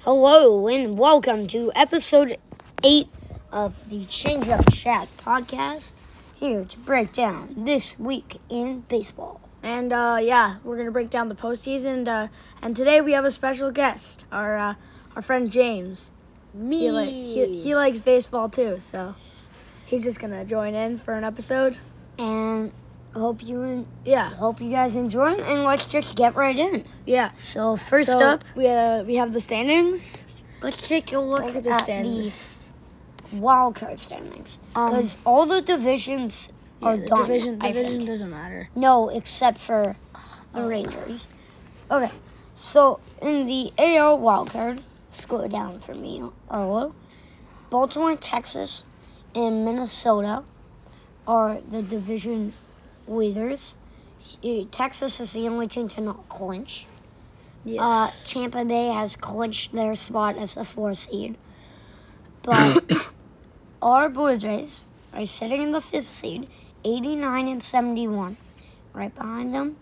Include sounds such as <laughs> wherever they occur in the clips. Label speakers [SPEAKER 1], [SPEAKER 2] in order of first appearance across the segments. [SPEAKER 1] Hello and welcome to episode 8 of the Change Up Chat podcast. Here to break down this week in baseball.
[SPEAKER 2] And uh, yeah, we're gonna break down the postseason. And, uh, and today we have a special guest, our uh, our friend James.
[SPEAKER 1] Me.
[SPEAKER 2] He, li- he he likes baseball too, so he's just gonna join in for an episode.
[SPEAKER 1] and hope you en-
[SPEAKER 2] Yeah,
[SPEAKER 1] hope you guys enjoy it and let's just get right in.
[SPEAKER 2] yeah.
[SPEAKER 1] So first
[SPEAKER 2] So,
[SPEAKER 1] up,
[SPEAKER 2] we uh, we have the standings.
[SPEAKER 1] let's take a look
[SPEAKER 2] Look
[SPEAKER 1] at
[SPEAKER 2] at
[SPEAKER 1] the
[SPEAKER 2] the
[SPEAKER 1] standings.
[SPEAKER 2] standings.
[SPEAKER 1] wild card standings
[SPEAKER 2] Um,
[SPEAKER 1] because all the divisions are
[SPEAKER 2] Yeah, the
[SPEAKER 1] done.
[SPEAKER 2] division
[SPEAKER 1] I think.
[SPEAKER 2] division doesn't matter.
[SPEAKER 1] No, except for the Rangers. Okay, so in the AL wildcard, scroll down for me, Arlo. Baltimore, Texas, and Minnesota are the division leaders. Eh, Texas is the only team to not clinch.
[SPEAKER 2] Yes.
[SPEAKER 1] Uh, Tampa Bay has clinched their spot as the four seed. But <coughs> our Blue Jays are sitting in the fifth seed, 89 and 71. Right behind them,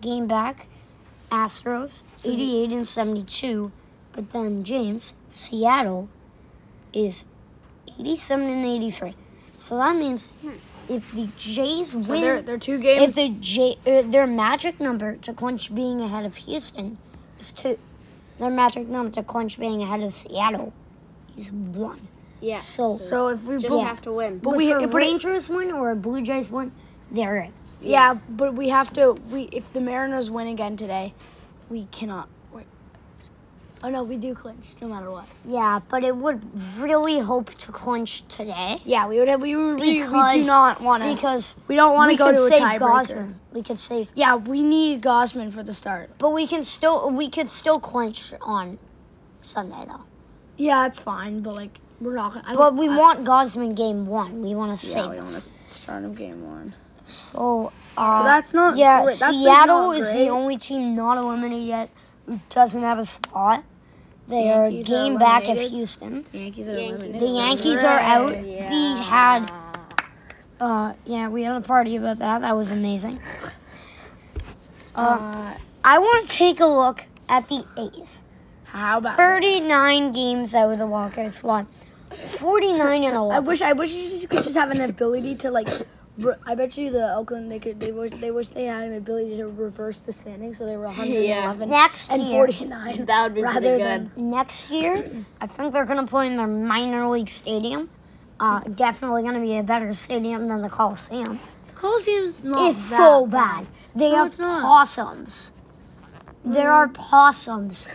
[SPEAKER 1] game back, Astros,
[SPEAKER 2] Hmm.
[SPEAKER 1] 88 and 72. But then James, Seattle, is 87 and 83. So that means if the Jays win.
[SPEAKER 2] Hmm. So they're, they're two
[SPEAKER 1] If
[SPEAKER 2] games.
[SPEAKER 1] the J, uh, their magic number to clinch being ahead of Houston is two, their magic number to clinch being ahead of Seattle is one.
[SPEAKER 3] Yeah.
[SPEAKER 1] So,
[SPEAKER 2] so if we
[SPEAKER 3] just
[SPEAKER 2] both,
[SPEAKER 3] have to win.
[SPEAKER 2] but we
[SPEAKER 1] if a
[SPEAKER 2] if we,
[SPEAKER 1] Rangers win or a Blue Jays win, they're in.
[SPEAKER 2] yeah, but we have to we if the Mariners win again today, we cannot. Wait. Oh no, we do clinch no matter what.
[SPEAKER 1] Yeah, but it would really hope to clinch today
[SPEAKER 2] Yeah, we would have. We, would, we, we do
[SPEAKER 1] Because-
[SPEAKER 2] not want to.
[SPEAKER 1] because
[SPEAKER 2] We don't want
[SPEAKER 1] we
[SPEAKER 2] to go
[SPEAKER 1] can
[SPEAKER 2] to a
[SPEAKER 1] save
[SPEAKER 2] tiebreaker.
[SPEAKER 1] Gosman. We could save,
[SPEAKER 2] Yeah, we need Gosman for the start.
[SPEAKER 1] but we can still we could still clinch on Sunday though.
[SPEAKER 2] Yeah, it's fine, but like we're not gonna. I
[SPEAKER 1] But
[SPEAKER 2] don't-
[SPEAKER 1] we
[SPEAKER 2] I-
[SPEAKER 1] want Gosman game one. We want to
[SPEAKER 2] Yeah,
[SPEAKER 1] save.
[SPEAKER 2] we
[SPEAKER 1] him.
[SPEAKER 2] want to start him game one.
[SPEAKER 1] So,
[SPEAKER 2] So
[SPEAKER 1] uh,
[SPEAKER 2] that's not.
[SPEAKER 1] Yeah,
[SPEAKER 2] great. That's, like,
[SPEAKER 1] Seattle
[SPEAKER 2] not
[SPEAKER 1] is
[SPEAKER 2] great.
[SPEAKER 1] the only team not eliminated yet who doesn't have a spot. They are a
[SPEAKER 2] Yankees are
[SPEAKER 1] game back of
[SPEAKER 2] eliminated.
[SPEAKER 1] Houston.
[SPEAKER 2] Yankees are
[SPEAKER 3] Yankees.
[SPEAKER 2] eliminated.
[SPEAKER 1] The Yankees are out. We
[SPEAKER 3] Yeah.
[SPEAKER 1] had, uh, yeah, we had a party about that. That was amazing.
[SPEAKER 2] Um,
[SPEAKER 1] Uh, I want to take a look at the A's.
[SPEAKER 2] How about? that?
[SPEAKER 1] 39 games out of the Walker squad. 49 and
[SPEAKER 2] I
[SPEAKER 1] 11.
[SPEAKER 2] wish. I wish you just- could just have an ability to <coughs> like. Re- I bet you the Oakland they could. They wish. They wish they had an ability to reverse the standing, so they were 111
[SPEAKER 1] Next
[SPEAKER 2] and
[SPEAKER 1] year.
[SPEAKER 2] 49.
[SPEAKER 3] That would be
[SPEAKER 2] rather
[SPEAKER 3] pretty
[SPEAKER 2] than-
[SPEAKER 1] next year, I think they're going to play in their minor league stadium. Uh, definitely going to be a better stadium than the Coliseum.
[SPEAKER 2] Coliseum's not
[SPEAKER 1] It's
[SPEAKER 2] that
[SPEAKER 1] so bad. They
[SPEAKER 2] No,
[SPEAKER 1] have
[SPEAKER 2] it's not. Mm.
[SPEAKER 1] possums. There are possums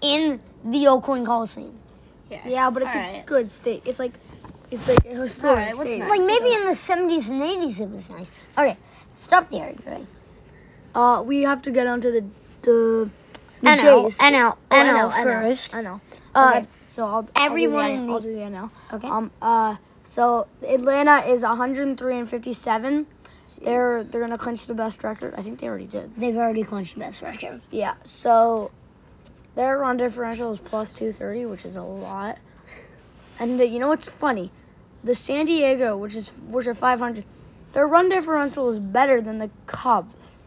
[SPEAKER 1] in the Oakland Coliseum.
[SPEAKER 2] Yeah, but it's
[SPEAKER 3] All
[SPEAKER 2] a
[SPEAKER 3] right.
[SPEAKER 2] good state. It's like it's like a historic
[SPEAKER 3] All right, what's
[SPEAKER 2] state.
[SPEAKER 3] next?
[SPEAKER 1] Like maybe in the 70s and 80s it was nice. Okay, stop there, Gray.
[SPEAKER 2] Uh, we have to get onto the the, the
[SPEAKER 1] NL,
[SPEAKER 2] Jays.
[SPEAKER 1] NL,
[SPEAKER 2] Oh, I
[SPEAKER 1] NL
[SPEAKER 2] know, I know,
[SPEAKER 1] first.
[SPEAKER 2] I know.
[SPEAKER 1] Uh,
[SPEAKER 2] okay, so I'll
[SPEAKER 1] everyone
[SPEAKER 2] I'll do
[SPEAKER 1] in the-
[SPEAKER 2] the, I'll do the NL.
[SPEAKER 1] Okay.
[SPEAKER 2] Um. Uh. So Atlanta is 103 and 57. They're they're gonna clinch the best record. I think they already did.
[SPEAKER 1] They've already clinched the best record.
[SPEAKER 2] Yeah. So their run differential is plus 230, which is a lot. And uh, you know what's funny? The San Diego, which is which are 500, their run differential is better than the Cubs,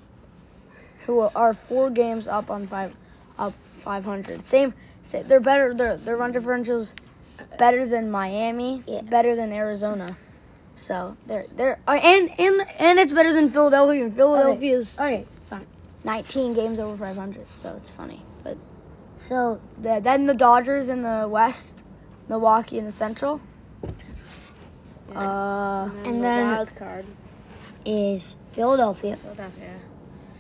[SPEAKER 2] who are four games up on five up 500. Same, sa they're better. Their their run differential is better than Miami,
[SPEAKER 1] Yeah.
[SPEAKER 2] better than Arizona. So they're they're uh, and and and it's better than Philadelphia. And Philadelphia is
[SPEAKER 1] Okay, fine.
[SPEAKER 2] 19 games over 500, so it's funny. But
[SPEAKER 1] So
[SPEAKER 2] the, then the Dodgers in the West, Milwaukee in the Central. Uh,
[SPEAKER 1] And then-
[SPEAKER 3] the wild card.
[SPEAKER 1] is Philadelphia,
[SPEAKER 3] Philadelphia.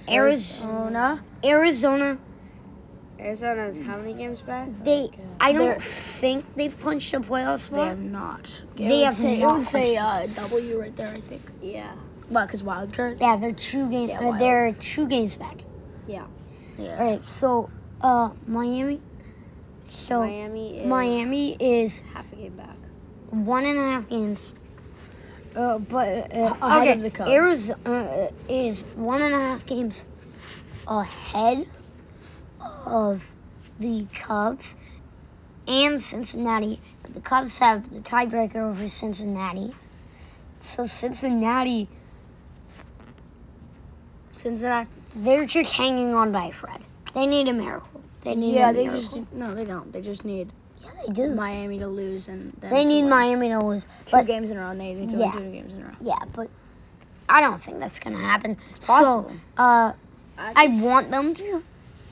[SPEAKER 1] Arizona,
[SPEAKER 2] Arizona.
[SPEAKER 1] Arizona.
[SPEAKER 3] Arizona's how many games back?
[SPEAKER 1] They, I don't
[SPEAKER 2] They're-
[SPEAKER 1] think they've clinched a playoff
[SPEAKER 2] They
[SPEAKER 1] spot.
[SPEAKER 2] have not.
[SPEAKER 1] They have
[SPEAKER 2] say,
[SPEAKER 1] not
[SPEAKER 2] It would say uh, W right there, I think.
[SPEAKER 3] Yeah.
[SPEAKER 2] What? Because wild card.
[SPEAKER 1] Yeah, they're two games.
[SPEAKER 2] Yeah,
[SPEAKER 1] uh,
[SPEAKER 2] wild.
[SPEAKER 1] they're two games back. All right, so uh, Miami. So Miami,
[SPEAKER 3] Miami is
[SPEAKER 1] is
[SPEAKER 3] half a game back.
[SPEAKER 1] one and a half games. Uh, but uh,
[SPEAKER 2] Ahead
[SPEAKER 1] okay,
[SPEAKER 2] of the Cubs.
[SPEAKER 1] Arizona is one and a half games ahead of the Cubs and Cincinnati. But the Cubs have the tiebreaker over Cincinnati. So Cincinnati,
[SPEAKER 2] Cincinnati.
[SPEAKER 1] they're just hanging on by a thread. They need a miracle. They need
[SPEAKER 2] Yeah,
[SPEAKER 1] a
[SPEAKER 2] they
[SPEAKER 1] miracle.
[SPEAKER 2] just no, they don't. They just need
[SPEAKER 1] yeah, they do.
[SPEAKER 2] Miami to lose and them
[SPEAKER 1] they
[SPEAKER 2] to
[SPEAKER 1] need
[SPEAKER 2] win.
[SPEAKER 1] Miami to lose.
[SPEAKER 2] two
[SPEAKER 1] But
[SPEAKER 2] games in a row. And they need to
[SPEAKER 1] Yeah.
[SPEAKER 2] win two games in a row.
[SPEAKER 1] yeah, but I don't think that's gonna happen.
[SPEAKER 2] possible.
[SPEAKER 1] So, uh, I
[SPEAKER 3] just-
[SPEAKER 1] want them to,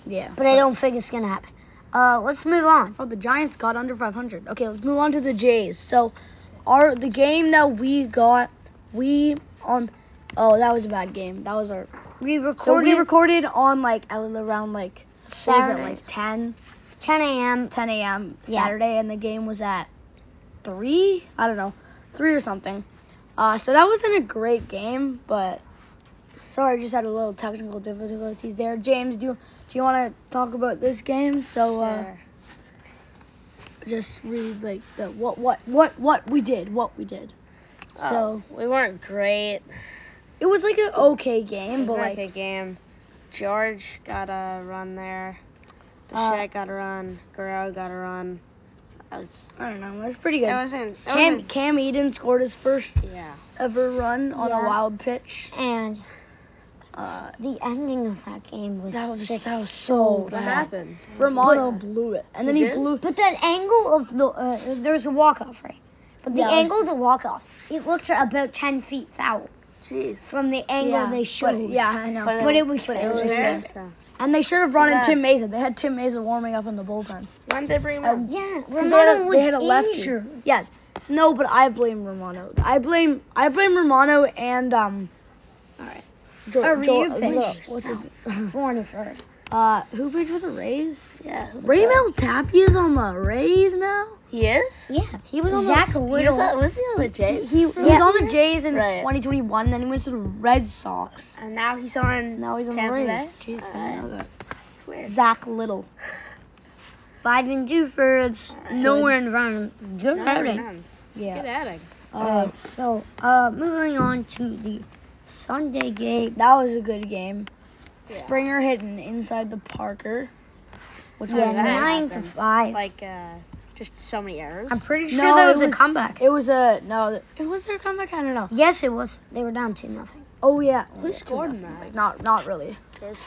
[SPEAKER 2] Yeah.
[SPEAKER 1] but I don't think it's gonna happen. Uh, let's move on.
[SPEAKER 2] Oh, the Giants got under 500. Okay, let's move on to the Jays. So, our the game that we got, we on. Oh, that was a bad game. That was our.
[SPEAKER 1] We
[SPEAKER 2] So
[SPEAKER 1] recorded
[SPEAKER 2] we recorded on like at- around like what was it
[SPEAKER 1] Saturday,
[SPEAKER 2] like 10,
[SPEAKER 1] 10 a.m.
[SPEAKER 2] 10 a.m.
[SPEAKER 1] Yeah.
[SPEAKER 2] Saturday, and the game was at three. I don't know, three or something. Uh, so that wasn't a great game, but sorry, I just had a little technical difficulties there. James, do you, do you want to talk about this game? So. Uh,
[SPEAKER 3] Sure.
[SPEAKER 2] just read like the what what what what we did what we did so
[SPEAKER 3] Oh, we weren't great.
[SPEAKER 2] it was like an okay game
[SPEAKER 3] It was
[SPEAKER 2] but
[SPEAKER 3] not a
[SPEAKER 2] like
[SPEAKER 3] good game. George got a run there.
[SPEAKER 2] Uh,
[SPEAKER 3] Bichette got a run. Guerrero got a run. That was.
[SPEAKER 2] i don't know that's pretty
[SPEAKER 3] It
[SPEAKER 2] good
[SPEAKER 3] wasn't. It
[SPEAKER 2] cam,
[SPEAKER 3] wasn't-
[SPEAKER 2] cam eden scored his first
[SPEAKER 3] yeah.
[SPEAKER 2] ever run on
[SPEAKER 1] Yeah.
[SPEAKER 2] a wild pitch
[SPEAKER 1] and
[SPEAKER 2] uh
[SPEAKER 1] the ending of that game was
[SPEAKER 2] That was-
[SPEAKER 1] just
[SPEAKER 2] that was
[SPEAKER 1] so
[SPEAKER 2] so
[SPEAKER 1] bad.
[SPEAKER 2] bad. romano blew it and then
[SPEAKER 3] He
[SPEAKER 2] he,
[SPEAKER 3] did?
[SPEAKER 2] blew
[SPEAKER 1] But that angle of the uh, there's a walk off right, but the
[SPEAKER 2] Yeah, it was-
[SPEAKER 1] angle of the walk off it looked about 10 feet foul
[SPEAKER 3] Jeez.
[SPEAKER 1] from the angle
[SPEAKER 2] yeah,
[SPEAKER 1] they
[SPEAKER 2] but-
[SPEAKER 1] showed.
[SPEAKER 2] yeah i know
[SPEAKER 1] but it was
[SPEAKER 2] but it
[SPEAKER 1] fair.
[SPEAKER 2] was
[SPEAKER 3] There?
[SPEAKER 2] fair. and they should have brought in
[SPEAKER 3] bad.
[SPEAKER 2] tim Mesa. they had tim Mesa warming up in the bullpen
[SPEAKER 3] When did they bring him? in?
[SPEAKER 1] Oh, yeah.
[SPEAKER 2] uh, They had
[SPEAKER 1] Romano
[SPEAKER 2] a,
[SPEAKER 1] was
[SPEAKER 2] they had a lefty.
[SPEAKER 1] injured.
[SPEAKER 2] Yeah. No, but I blame Romano. I blame I blame Romano and um. All right.
[SPEAKER 1] Or you pitched.
[SPEAKER 2] what's his?
[SPEAKER 1] Fornifer.
[SPEAKER 2] Uh, who pitched for the Rays?
[SPEAKER 3] Yeah. who was that?
[SPEAKER 2] Raymel Tapia's on the Rays now.
[SPEAKER 3] He is.
[SPEAKER 1] Yeah,
[SPEAKER 2] He was on
[SPEAKER 1] Zach
[SPEAKER 2] the.
[SPEAKER 1] Whittle.
[SPEAKER 3] he on the Jays?
[SPEAKER 2] He, he was
[SPEAKER 1] Yeah.
[SPEAKER 2] on the Jays in
[SPEAKER 3] Right.
[SPEAKER 2] 2021. Then he went to the Red Sox.
[SPEAKER 3] and now he's on.
[SPEAKER 2] Now he's on
[SPEAKER 3] Tampa
[SPEAKER 2] the
[SPEAKER 3] Bay?
[SPEAKER 2] Rays. Jeez, I didn't
[SPEAKER 3] Alright.
[SPEAKER 2] know that.
[SPEAKER 3] It's weird.
[SPEAKER 2] Zach Little.
[SPEAKER 1] Five and two for it's nowhere in front. Good
[SPEAKER 3] No,
[SPEAKER 1] outing.
[SPEAKER 3] no. Good
[SPEAKER 2] Yeah.
[SPEAKER 3] outing.
[SPEAKER 2] Uh,
[SPEAKER 1] Alright, so uh, moving on to the Sunday game.
[SPEAKER 2] that was a good game.
[SPEAKER 3] Yeah.
[SPEAKER 2] Springer hitting inside the Parker, which
[SPEAKER 1] Yeah,
[SPEAKER 2] was
[SPEAKER 3] that
[SPEAKER 2] nice.
[SPEAKER 1] nine to
[SPEAKER 3] happen?
[SPEAKER 1] five.
[SPEAKER 3] Like uh, just so many errors.
[SPEAKER 1] I'm pretty sure
[SPEAKER 2] No,
[SPEAKER 1] that
[SPEAKER 2] it
[SPEAKER 1] was, a
[SPEAKER 2] was-
[SPEAKER 1] comeback.
[SPEAKER 2] It was a no. It was their comeback. I don't know.
[SPEAKER 1] yes, it was. They were down two nothing.
[SPEAKER 2] Oh yeah,
[SPEAKER 3] Who scored in that?
[SPEAKER 2] Not not really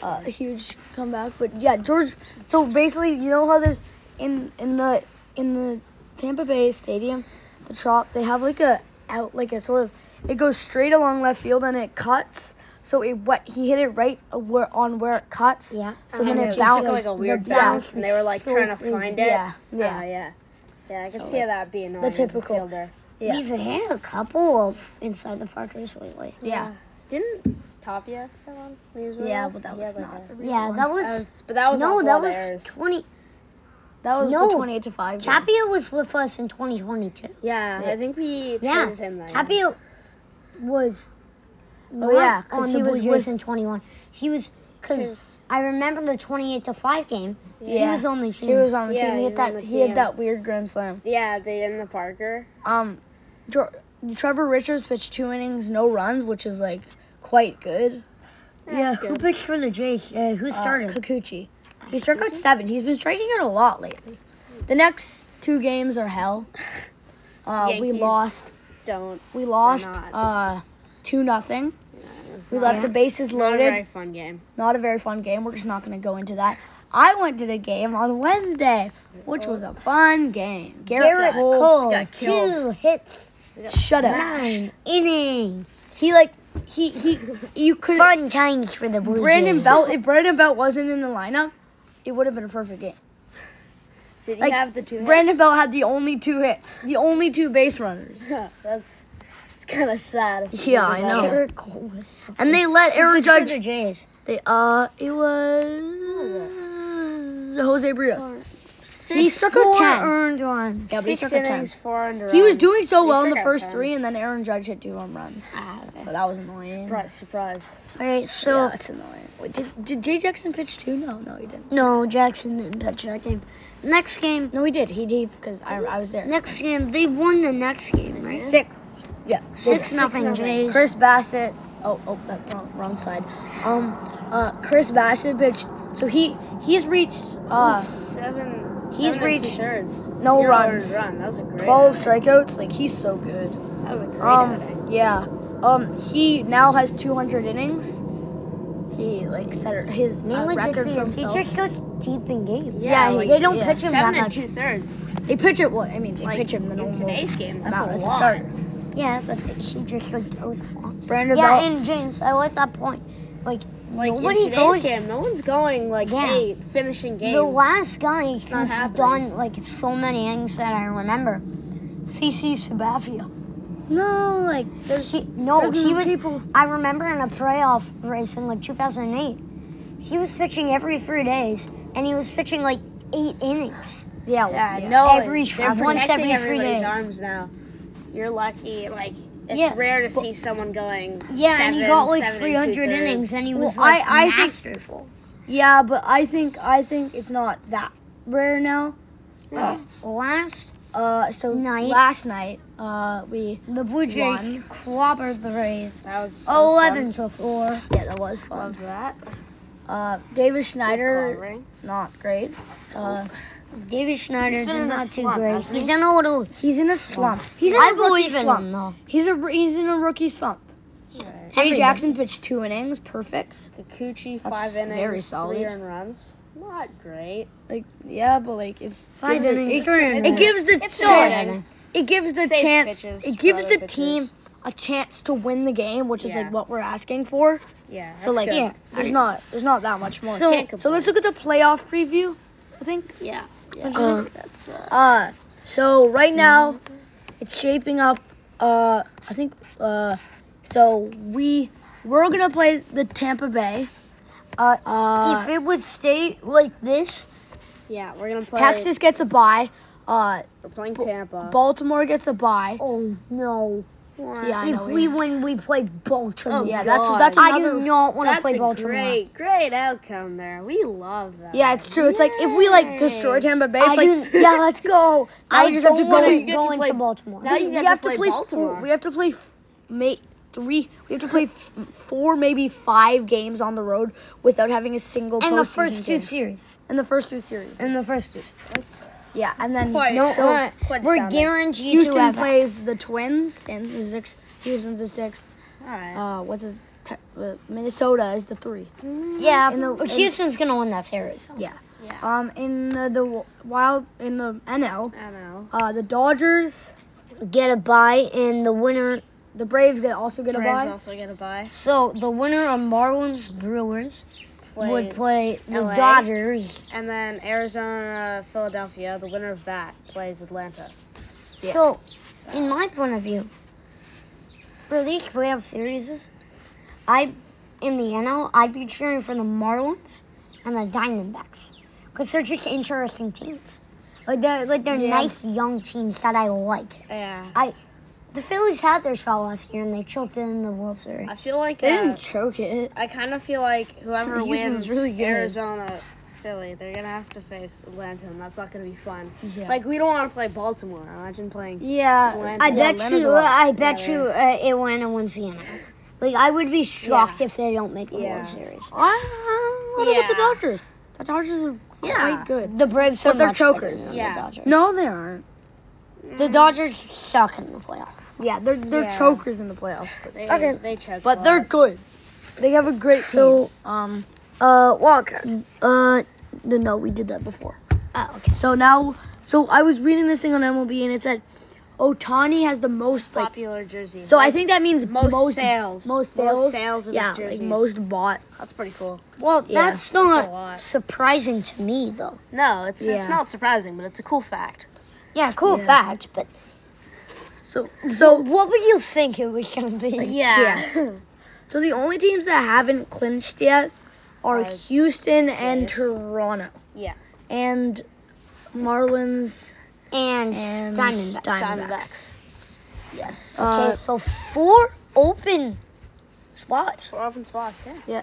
[SPEAKER 2] uh, a huge comeback, but yeah, George. So basically, you know how there's in in the in the Tampa Bay Stadium, the trop they have like a out like a sort of it goes straight along left field and it cuts. So it what he hit it right where on where it cuts.
[SPEAKER 1] Yeah.
[SPEAKER 2] So then
[SPEAKER 1] And
[SPEAKER 2] it
[SPEAKER 1] it bounced-
[SPEAKER 2] bounced.
[SPEAKER 1] took,
[SPEAKER 3] like a weird
[SPEAKER 1] the
[SPEAKER 3] bounce,
[SPEAKER 1] bounce
[SPEAKER 3] and they were like
[SPEAKER 1] so
[SPEAKER 3] trying to
[SPEAKER 1] crazy.
[SPEAKER 3] find it.
[SPEAKER 2] yeah,
[SPEAKER 3] Ah,
[SPEAKER 2] yeah,
[SPEAKER 3] yeah, yeah. I can
[SPEAKER 2] So,
[SPEAKER 3] see that being annoying. as a
[SPEAKER 2] typical-
[SPEAKER 3] fielder.
[SPEAKER 2] Yeah.
[SPEAKER 1] We've had a couple of inside the Parkers lately.
[SPEAKER 2] yeah,
[SPEAKER 3] Didn't Tapia that one? when he was with
[SPEAKER 2] yeah.
[SPEAKER 3] us?
[SPEAKER 2] But that
[SPEAKER 3] He
[SPEAKER 2] was
[SPEAKER 3] had, like,
[SPEAKER 2] not.
[SPEAKER 3] a-
[SPEAKER 1] Yeah, that was,
[SPEAKER 3] that was- but that was
[SPEAKER 1] no,
[SPEAKER 3] off
[SPEAKER 1] that
[SPEAKER 3] all the
[SPEAKER 1] was
[SPEAKER 3] errors.
[SPEAKER 1] twenty.
[SPEAKER 2] That was
[SPEAKER 1] No.
[SPEAKER 2] the twenty-eight to five. game.
[SPEAKER 1] Tapia was with us in 2022.
[SPEAKER 3] yeah, I think we
[SPEAKER 1] Yeah,
[SPEAKER 3] traded him that. year.
[SPEAKER 1] Tapia was.
[SPEAKER 2] Oh, yeah,
[SPEAKER 1] because
[SPEAKER 2] 'cause he was
[SPEAKER 1] Blue Jays
[SPEAKER 2] with-
[SPEAKER 1] in 21. He was because I remember the 28 to five game. He
[SPEAKER 2] Yeah.
[SPEAKER 1] was on the team.
[SPEAKER 2] He was on the
[SPEAKER 3] Yeah,
[SPEAKER 2] team.
[SPEAKER 3] he
[SPEAKER 2] He
[SPEAKER 3] was
[SPEAKER 2] hit
[SPEAKER 3] on the
[SPEAKER 2] that. He hit
[SPEAKER 3] team.
[SPEAKER 2] that weird grand slam.
[SPEAKER 3] Yeah, they in the Parker.
[SPEAKER 2] Um, Dr- Trevor Richards pitched two innings, no runs, which is like quite good.
[SPEAKER 1] yeah, who
[SPEAKER 3] good.
[SPEAKER 1] pitched for the Jays? Uh, who
[SPEAKER 2] Uh,
[SPEAKER 1] started?
[SPEAKER 2] Kikuchi. He struck out seven. He's been striking out a lot lately. The next two games are hell. Uh, we
[SPEAKER 3] Yankees.
[SPEAKER 2] lost.
[SPEAKER 3] Don't.
[SPEAKER 2] We lost.
[SPEAKER 3] not.
[SPEAKER 2] Uh, two nothing.
[SPEAKER 3] It was
[SPEAKER 2] We
[SPEAKER 3] not,
[SPEAKER 2] left the bases
[SPEAKER 3] not a
[SPEAKER 2] loaded.
[SPEAKER 3] very fun game.
[SPEAKER 2] Not a very fun game. We're just not going to go into that. I went to the game on Wednesday, which
[SPEAKER 3] Oh.
[SPEAKER 2] was a fun game.
[SPEAKER 1] Garrett Cole,
[SPEAKER 2] got killed.
[SPEAKER 1] Oh, two hits,
[SPEAKER 2] Shut up.
[SPEAKER 1] nine innings.
[SPEAKER 2] He like he he you couldn't
[SPEAKER 1] Fun times for the Blue
[SPEAKER 2] Brandon
[SPEAKER 1] Jays.
[SPEAKER 2] Belt if Brandon Belt wasn't in the lineup, it would have been a perfect game.
[SPEAKER 3] Did he
[SPEAKER 2] Like,
[SPEAKER 3] have the two?
[SPEAKER 2] Brandon Belt had the only two hits, the only two base runners.
[SPEAKER 3] hits? <laughs> that's. It's kind of sad. if you
[SPEAKER 2] Yeah,
[SPEAKER 3] think
[SPEAKER 2] I
[SPEAKER 3] about
[SPEAKER 2] know.
[SPEAKER 3] it.
[SPEAKER 1] Garrett Cole was
[SPEAKER 2] And they let Aaron
[SPEAKER 1] for the
[SPEAKER 2] Judge
[SPEAKER 1] Jays.
[SPEAKER 2] they uh it was Jose Brios. He struck
[SPEAKER 1] Four
[SPEAKER 2] out ten.
[SPEAKER 1] earned runs.
[SPEAKER 2] Yeah, but he
[SPEAKER 3] Six
[SPEAKER 2] struck out ten.
[SPEAKER 3] innings, four under.
[SPEAKER 2] He was doing so
[SPEAKER 3] He
[SPEAKER 2] well in the
[SPEAKER 3] struck out
[SPEAKER 2] first
[SPEAKER 3] 10.
[SPEAKER 2] three and then Aaron Judge hit two home runs. So that was annoying.
[SPEAKER 3] Surprise! Surprise!
[SPEAKER 1] All right, so
[SPEAKER 2] Yeah, it's annoying. Wait, did, did Jay Jackson pitch two? No, no, he didn't.
[SPEAKER 1] no, Jackson didn't pitch that game. Next game,
[SPEAKER 2] No, he did. He did because I, I was there.
[SPEAKER 1] next game, they won the next game, right?
[SPEAKER 2] Six. Yeah.
[SPEAKER 1] Six nothing Jays.
[SPEAKER 2] Chris Bassett. Oh, oh, that wrong, wrong side. Um, uh, Chris Bassett pitched. So he he's reached uh
[SPEAKER 3] Seven.
[SPEAKER 2] He's
[SPEAKER 3] seven and
[SPEAKER 2] reached
[SPEAKER 3] two-thirds.
[SPEAKER 2] no
[SPEAKER 3] Zero
[SPEAKER 2] runs.
[SPEAKER 3] earned Run. That was a great.
[SPEAKER 2] twelve
[SPEAKER 3] outing.
[SPEAKER 2] strikeouts. Like he's so good.
[SPEAKER 3] That was a great outing.
[SPEAKER 2] Um, yeah. Um, he now has two hundred innings. he like set a- his uh,
[SPEAKER 1] Mainly just
[SPEAKER 2] record for
[SPEAKER 1] because
[SPEAKER 2] himself.
[SPEAKER 1] teachers coach deep in games.
[SPEAKER 2] Yeah, like-
[SPEAKER 1] they don't
[SPEAKER 2] yeah.
[SPEAKER 1] pitch him that
[SPEAKER 3] Seven and
[SPEAKER 1] much.
[SPEAKER 3] two thirds.
[SPEAKER 2] They pitch it. What I mean, they
[SPEAKER 3] Like
[SPEAKER 2] pitch him the
[SPEAKER 3] in
[SPEAKER 2] normal.
[SPEAKER 3] today's game,
[SPEAKER 2] That's
[SPEAKER 3] that's
[SPEAKER 2] a
[SPEAKER 3] a
[SPEAKER 2] lot.
[SPEAKER 3] lot.
[SPEAKER 1] Yeah, but the teacher like goes along.
[SPEAKER 2] Brandon
[SPEAKER 1] Yeah,
[SPEAKER 2] Bell-
[SPEAKER 1] and James, I like that point. Like,
[SPEAKER 3] Like in
[SPEAKER 1] nobody
[SPEAKER 3] today's
[SPEAKER 1] goes.
[SPEAKER 3] game, no one's going like
[SPEAKER 1] Yeah.
[SPEAKER 3] hey, finishing games.
[SPEAKER 1] The last guy who's
[SPEAKER 3] not happening.
[SPEAKER 1] done like so many things that I remember, CC Sabathia.
[SPEAKER 2] no, like
[SPEAKER 1] She, no,
[SPEAKER 2] There's
[SPEAKER 1] she was.
[SPEAKER 2] people-
[SPEAKER 1] I remember in a playoff race in like 2008, he was pitching every three days, and he was pitching like eight innings.
[SPEAKER 2] yeah, well,
[SPEAKER 3] yeah,
[SPEAKER 2] yeah.
[SPEAKER 3] no.
[SPEAKER 1] Every-
[SPEAKER 3] they're
[SPEAKER 1] once
[SPEAKER 3] protecting
[SPEAKER 1] every three
[SPEAKER 3] everybody's
[SPEAKER 1] days.
[SPEAKER 3] arms now. You're lucky. Like it's
[SPEAKER 1] Yeah,
[SPEAKER 3] rare to see someone going.
[SPEAKER 1] Yeah, and he
[SPEAKER 3] seven,
[SPEAKER 1] got like
[SPEAKER 3] seven
[SPEAKER 1] 300
[SPEAKER 3] and two-thirds.
[SPEAKER 1] innings, and he
[SPEAKER 2] Well,
[SPEAKER 1] was like
[SPEAKER 2] I- I think-
[SPEAKER 1] masterful.
[SPEAKER 2] Yeah, but I think I think it's not that rare now.
[SPEAKER 1] Last,
[SPEAKER 2] Uh, so
[SPEAKER 1] Night.
[SPEAKER 2] last night, uh, we
[SPEAKER 1] the Blue Jays
[SPEAKER 2] One.
[SPEAKER 1] clobbered the Rays,
[SPEAKER 3] That was that was fun.
[SPEAKER 1] 11 to four.
[SPEAKER 2] yeah, that was fun.
[SPEAKER 3] Love that.
[SPEAKER 2] Uh, David Schneider,
[SPEAKER 3] Clobbering.
[SPEAKER 2] not great. Uh,
[SPEAKER 1] David Schneider
[SPEAKER 3] been in
[SPEAKER 1] did
[SPEAKER 3] a
[SPEAKER 1] not do
[SPEAKER 3] slump,
[SPEAKER 1] great.
[SPEAKER 3] hasn't he?
[SPEAKER 1] He's in a little.
[SPEAKER 2] he's in a slump.
[SPEAKER 3] Oh.
[SPEAKER 2] He's in a
[SPEAKER 1] I
[SPEAKER 2] rookie
[SPEAKER 1] believe in
[SPEAKER 2] slump.
[SPEAKER 1] him though.
[SPEAKER 2] He's a he's in a rookie slump. Jay
[SPEAKER 1] Everybody.
[SPEAKER 2] Jackson pitched two innings, perfect.
[SPEAKER 3] Kikuchi
[SPEAKER 2] That's
[SPEAKER 3] five innings,
[SPEAKER 2] very solid.
[SPEAKER 3] three earned runs. Not great.
[SPEAKER 2] Like yeah, but like it's
[SPEAKER 1] Five
[SPEAKER 2] gives
[SPEAKER 1] innings,
[SPEAKER 2] it,
[SPEAKER 1] three
[SPEAKER 2] it,
[SPEAKER 1] innings.
[SPEAKER 2] gives the
[SPEAKER 3] It's
[SPEAKER 1] Sorry.
[SPEAKER 3] not
[SPEAKER 2] chance. It gives the
[SPEAKER 3] Safe
[SPEAKER 2] chance.
[SPEAKER 3] pitches
[SPEAKER 2] It
[SPEAKER 3] for
[SPEAKER 2] gives
[SPEAKER 3] other
[SPEAKER 2] the
[SPEAKER 3] pitchers.
[SPEAKER 2] team a chance to win the game, which is
[SPEAKER 3] Yeah.
[SPEAKER 2] like what we're asking for.
[SPEAKER 3] Yeah.
[SPEAKER 2] so like
[SPEAKER 3] good.
[SPEAKER 2] yeah, there's not there's not that much more.
[SPEAKER 3] So-
[SPEAKER 2] So, so let's look at the playoff preview. I think.
[SPEAKER 3] yeah.
[SPEAKER 2] Uh,
[SPEAKER 3] That's uh,
[SPEAKER 2] Uh, so right now, it's shaping up. Uh, I think. Uh, so we we're gonna play the Tampa Bay.
[SPEAKER 1] Uh,
[SPEAKER 2] Uh,
[SPEAKER 1] if it would stay like this,
[SPEAKER 3] yeah. We're gonna play.
[SPEAKER 2] Texas gets a bye. Uh,
[SPEAKER 3] We're playing Tampa.
[SPEAKER 2] Baltimore gets a bye.
[SPEAKER 1] oh no.
[SPEAKER 2] Yeah, I
[SPEAKER 1] if
[SPEAKER 2] know.
[SPEAKER 1] we win, we play Baltimore.
[SPEAKER 2] Oh, yeah, that's
[SPEAKER 3] God.
[SPEAKER 2] that's
[SPEAKER 1] I
[SPEAKER 2] another.
[SPEAKER 1] do not want to
[SPEAKER 3] That's
[SPEAKER 1] play
[SPEAKER 3] a
[SPEAKER 1] Baltimore.
[SPEAKER 3] great, great outcome there. We love that.
[SPEAKER 2] yeah, it's true. It's like if we like destroy Tampa Bay, it's
[SPEAKER 1] I
[SPEAKER 2] like
[SPEAKER 1] do-
[SPEAKER 2] yeah, let's go. Now
[SPEAKER 1] I
[SPEAKER 2] we just have to
[SPEAKER 1] don't wanna
[SPEAKER 2] go.
[SPEAKER 1] go
[SPEAKER 2] We get to
[SPEAKER 1] into
[SPEAKER 2] play-
[SPEAKER 1] Baltimore.
[SPEAKER 3] Now
[SPEAKER 2] we,
[SPEAKER 3] you
[SPEAKER 2] we
[SPEAKER 3] have to
[SPEAKER 2] have
[SPEAKER 3] play
[SPEAKER 2] to play
[SPEAKER 3] Baltimore.
[SPEAKER 2] Four, we have to play f- make three. We have to play f- four, maybe five games on the road without having a single.
[SPEAKER 1] In the
[SPEAKER 2] postseason
[SPEAKER 1] first two
[SPEAKER 2] game.
[SPEAKER 1] series.
[SPEAKER 2] In the first two series.
[SPEAKER 1] In the first two.
[SPEAKER 2] Yeah, and then
[SPEAKER 3] quite-
[SPEAKER 2] no, so
[SPEAKER 1] Alright,
[SPEAKER 3] Quite
[SPEAKER 1] We're
[SPEAKER 3] astounding.
[SPEAKER 1] guaranteed to
[SPEAKER 2] Houston
[SPEAKER 1] have
[SPEAKER 2] plays the Twins and the six. Houston's the six.
[SPEAKER 3] All right.
[SPEAKER 2] Uh, what's it? Te- uh, Minnesota is the three.
[SPEAKER 1] Yeah,
[SPEAKER 2] in the-
[SPEAKER 1] but
[SPEAKER 2] in-
[SPEAKER 1] Houston's gonna win that series.
[SPEAKER 2] Yeah.
[SPEAKER 3] Yeah.
[SPEAKER 2] Um, in the, the w- wild in the NL,
[SPEAKER 3] I know.
[SPEAKER 2] uh, the Dodgers,
[SPEAKER 1] Get a bye, and the winner.
[SPEAKER 2] the Braves get also get a
[SPEAKER 3] Braves
[SPEAKER 2] bye.
[SPEAKER 3] also gonna buy.
[SPEAKER 1] So the winner of Marlins Brewers would
[SPEAKER 3] Play,
[SPEAKER 1] play the
[SPEAKER 3] LA.
[SPEAKER 1] Dodgers.
[SPEAKER 3] and then Arizona, Philadelphia. The winner of that plays Atlanta.
[SPEAKER 2] Yeah.
[SPEAKER 1] So, in my point of view, for these playoff series, I in the NL, I'd be cheering for the Marlins and the Diamondbacks because they're just interesting teams. Like they're like they're
[SPEAKER 2] Yeah.
[SPEAKER 1] nice young teams that I like.
[SPEAKER 3] Yeah.
[SPEAKER 1] The Phillies had their shot last year and they choked it in the World Series.
[SPEAKER 3] I feel like
[SPEAKER 2] They
[SPEAKER 3] uh,
[SPEAKER 2] didn't choke it.
[SPEAKER 3] I kind of feel like whoever
[SPEAKER 2] Houston's
[SPEAKER 3] wins
[SPEAKER 2] really good.
[SPEAKER 3] Arizona, Philly, they're gonna have to face Atlanta, and that's not gonna be fun.
[SPEAKER 2] Yeah.
[SPEAKER 3] Like we don't want to play Baltimore. Imagine playing.
[SPEAKER 2] yeah.
[SPEAKER 3] Atlanta.
[SPEAKER 1] I
[SPEAKER 3] Yeah,
[SPEAKER 1] bet
[SPEAKER 2] Atlanta's
[SPEAKER 1] you,
[SPEAKER 2] a lot.
[SPEAKER 1] I bet you, uh, Atlanta wins the NL. Like I would be shocked if they don't make the
[SPEAKER 3] Yeah.
[SPEAKER 1] World Series.
[SPEAKER 2] I, I don't know about the
[SPEAKER 3] Yeah.
[SPEAKER 2] Dodgers. The Dodgers are
[SPEAKER 3] Yeah.
[SPEAKER 2] quite good.
[SPEAKER 1] The Braves are
[SPEAKER 2] But they're
[SPEAKER 1] much better
[SPEAKER 2] chokers. Mm.
[SPEAKER 1] than
[SPEAKER 3] Yeah.
[SPEAKER 1] The Dodgers.
[SPEAKER 2] No, they aren't.
[SPEAKER 1] the Dodgers suck in the playoffs.
[SPEAKER 2] Yeah, they're they're
[SPEAKER 3] Yeah.
[SPEAKER 2] chokers in the playoffs, but,
[SPEAKER 3] They,
[SPEAKER 1] Okay.
[SPEAKER 3] They choke.
[SPEAKER 2] but
[SPEAKER 3] a
[SPEAKER 2] they're
[SPEAKER 3] lot.
[SPEAKER 2] good. They have a great team. Um,
[SPEAKER 1] Uh, Walker.
[SPEAKER 2] uh, no, no, we did that before.
[SPEAKER 1] Oh, okay.
[SPEAKER 2] So now, so I was reading this thing on MLB and it said Otani has the most like.
[SPEAKER 3] popular jersey.
[SPEAKER 2] So I think that means
[SPEAKER 3] most,
[SPEAKER 2] most,
[SPEAKER 3] sales.
[SPEAKER 2] most sales.
[SPEAKER 3] Most sales of
[SPEAKER 2] yeah,
[SPEAKER 3] his jerseys.
[SPEAKER 2] like most bought.
[SPEAKER 3] That's pretty cool.
[SPEAKER 1] Well,
[SPEAKER 2] Yeah.
[SPEAKER 1] that's
[SPEAKER 3] a
[SPEAKER 1] not
[SPEAKER 3] lot.
[SPEAKER 1] surprising to me, though.
[SPEAKER 3] No, it's
[SPEAKER 2] Yeah.
[SPEAKER 3] it's not surprising, but it's a cool fact.
[SPEAKER 1] Yeah, cool
[SPEAKER 2] Yeah.
[SPEAKER 1] fact, but
[SPEAKER 2] So so
[SPEAKER 1] what would you think it was going to be?
[SPEAKER 2] Yeah. so the only teams that haven't clinched yet are
[SPEAKER 3] Are
[SPEAKER 2] Houston and
[SPEAKER 3] Yes.
[SPEAKER 2] Toronto
[SPEAKER 3] Yeah.
[SPEAKER 2] and Marlins
[SPEAKER 1] And,
[SPEAKER 2] and
[SPEAKER 1] Diamondbacks. Uh,
[SPEAKER 2] Diamondbacks. Yes.
[SPEAKER 1] okay, so four open spots.
[SPEAKER 3] Four open spots. Yeah.
[SPEAKER 2] Yeah.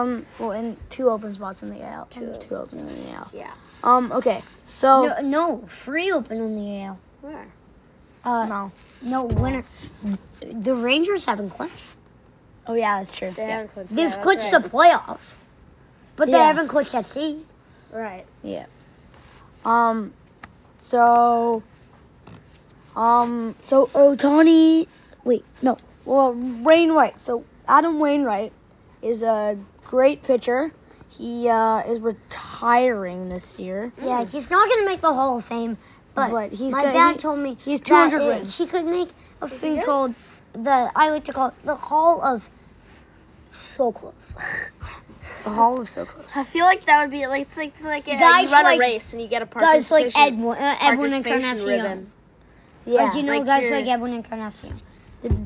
[SPEAKER 2] Um. Well, and two open spots in the AL. Two, two open in the AL.
[SPEAKER 3] Yeah.
[SPEAKER 2] Um. Okay. So
[SPEAKER 1] No, no, three open in the AL.
[SPEAKER 3] Where?
[SPEAKER 1] Uh,
[SPEAKER 2] no.
[SPEAKER 1] no winner. The Rangers haven't clinched.
[SPEAKER 2] Oh yeah, that's true.
[SPEAKER 3] They
[SPEAKER 2] yeah.
[SPEAKER 3] haven't clinched.
[SPEAKER 1] They've
[SPEAKER 3] yeah, that's
[SPEAKER 1] clinched
[SPEAKER 3] right.
[SPEAKER 1] the playoffs, but they
[SPEAKER 2] Yeah.
[SPEAKER 1] haven't clinched at sea.
[SPEAKER 3] Right.
[SPEAKER 2] Yeah. Um. So. Um. So Otani. Wait. No. Well, Wainwright. So Adam Wainwright is a great pitcher. He uh, is retiring this year.
[SPEAKER 1] Yeah, he's not gonna make the Hall of Fame, but,
[SPEAKER 2] But he's
[SPEAKER 1] my
[SPEAKER 2] got-
[SPEAKER 1] dad
[SPEAKER 2] he-
[SPEAKER 1] told me
[SPEAKER 2] he's
[SPEAKER 1] that
[SPEAKER 2] 200
[SPEAKER 1] it-
[SPEAKER 2] wins.
[SPEAKER 1] He could make a thing
[SPEAKER 3] good?
[SPEAKER 1] called the I like to call it the Hall of so close.
[SPEAKER 2] The Hall is so close.
[SPEAKER 3] I feel like that would be like it's like it's like uh,
[SPEAKER 1] Guys
[SPEAKER 3] you run
[SPEAKER 1] like-
[SPEAKER 3] a race and you get a
[SPEAKER 1] Guys
[SPEAKER 3] participation,
[SPEAKER 1] like Edwin, uh, Edwin
[SPEAKER 3] participation
[SPEAKER 1] Encarnacion.
[SPEAKER 3] ribbon.
[SPEAKER 2] Yeah.
[SPEAKER 1] Like you know,
[SPEAKER 3] like
[SPEAKER 1] guys
[SPEAKER 3] your-
[SPEAKER 1] like Edwin Encarnacion.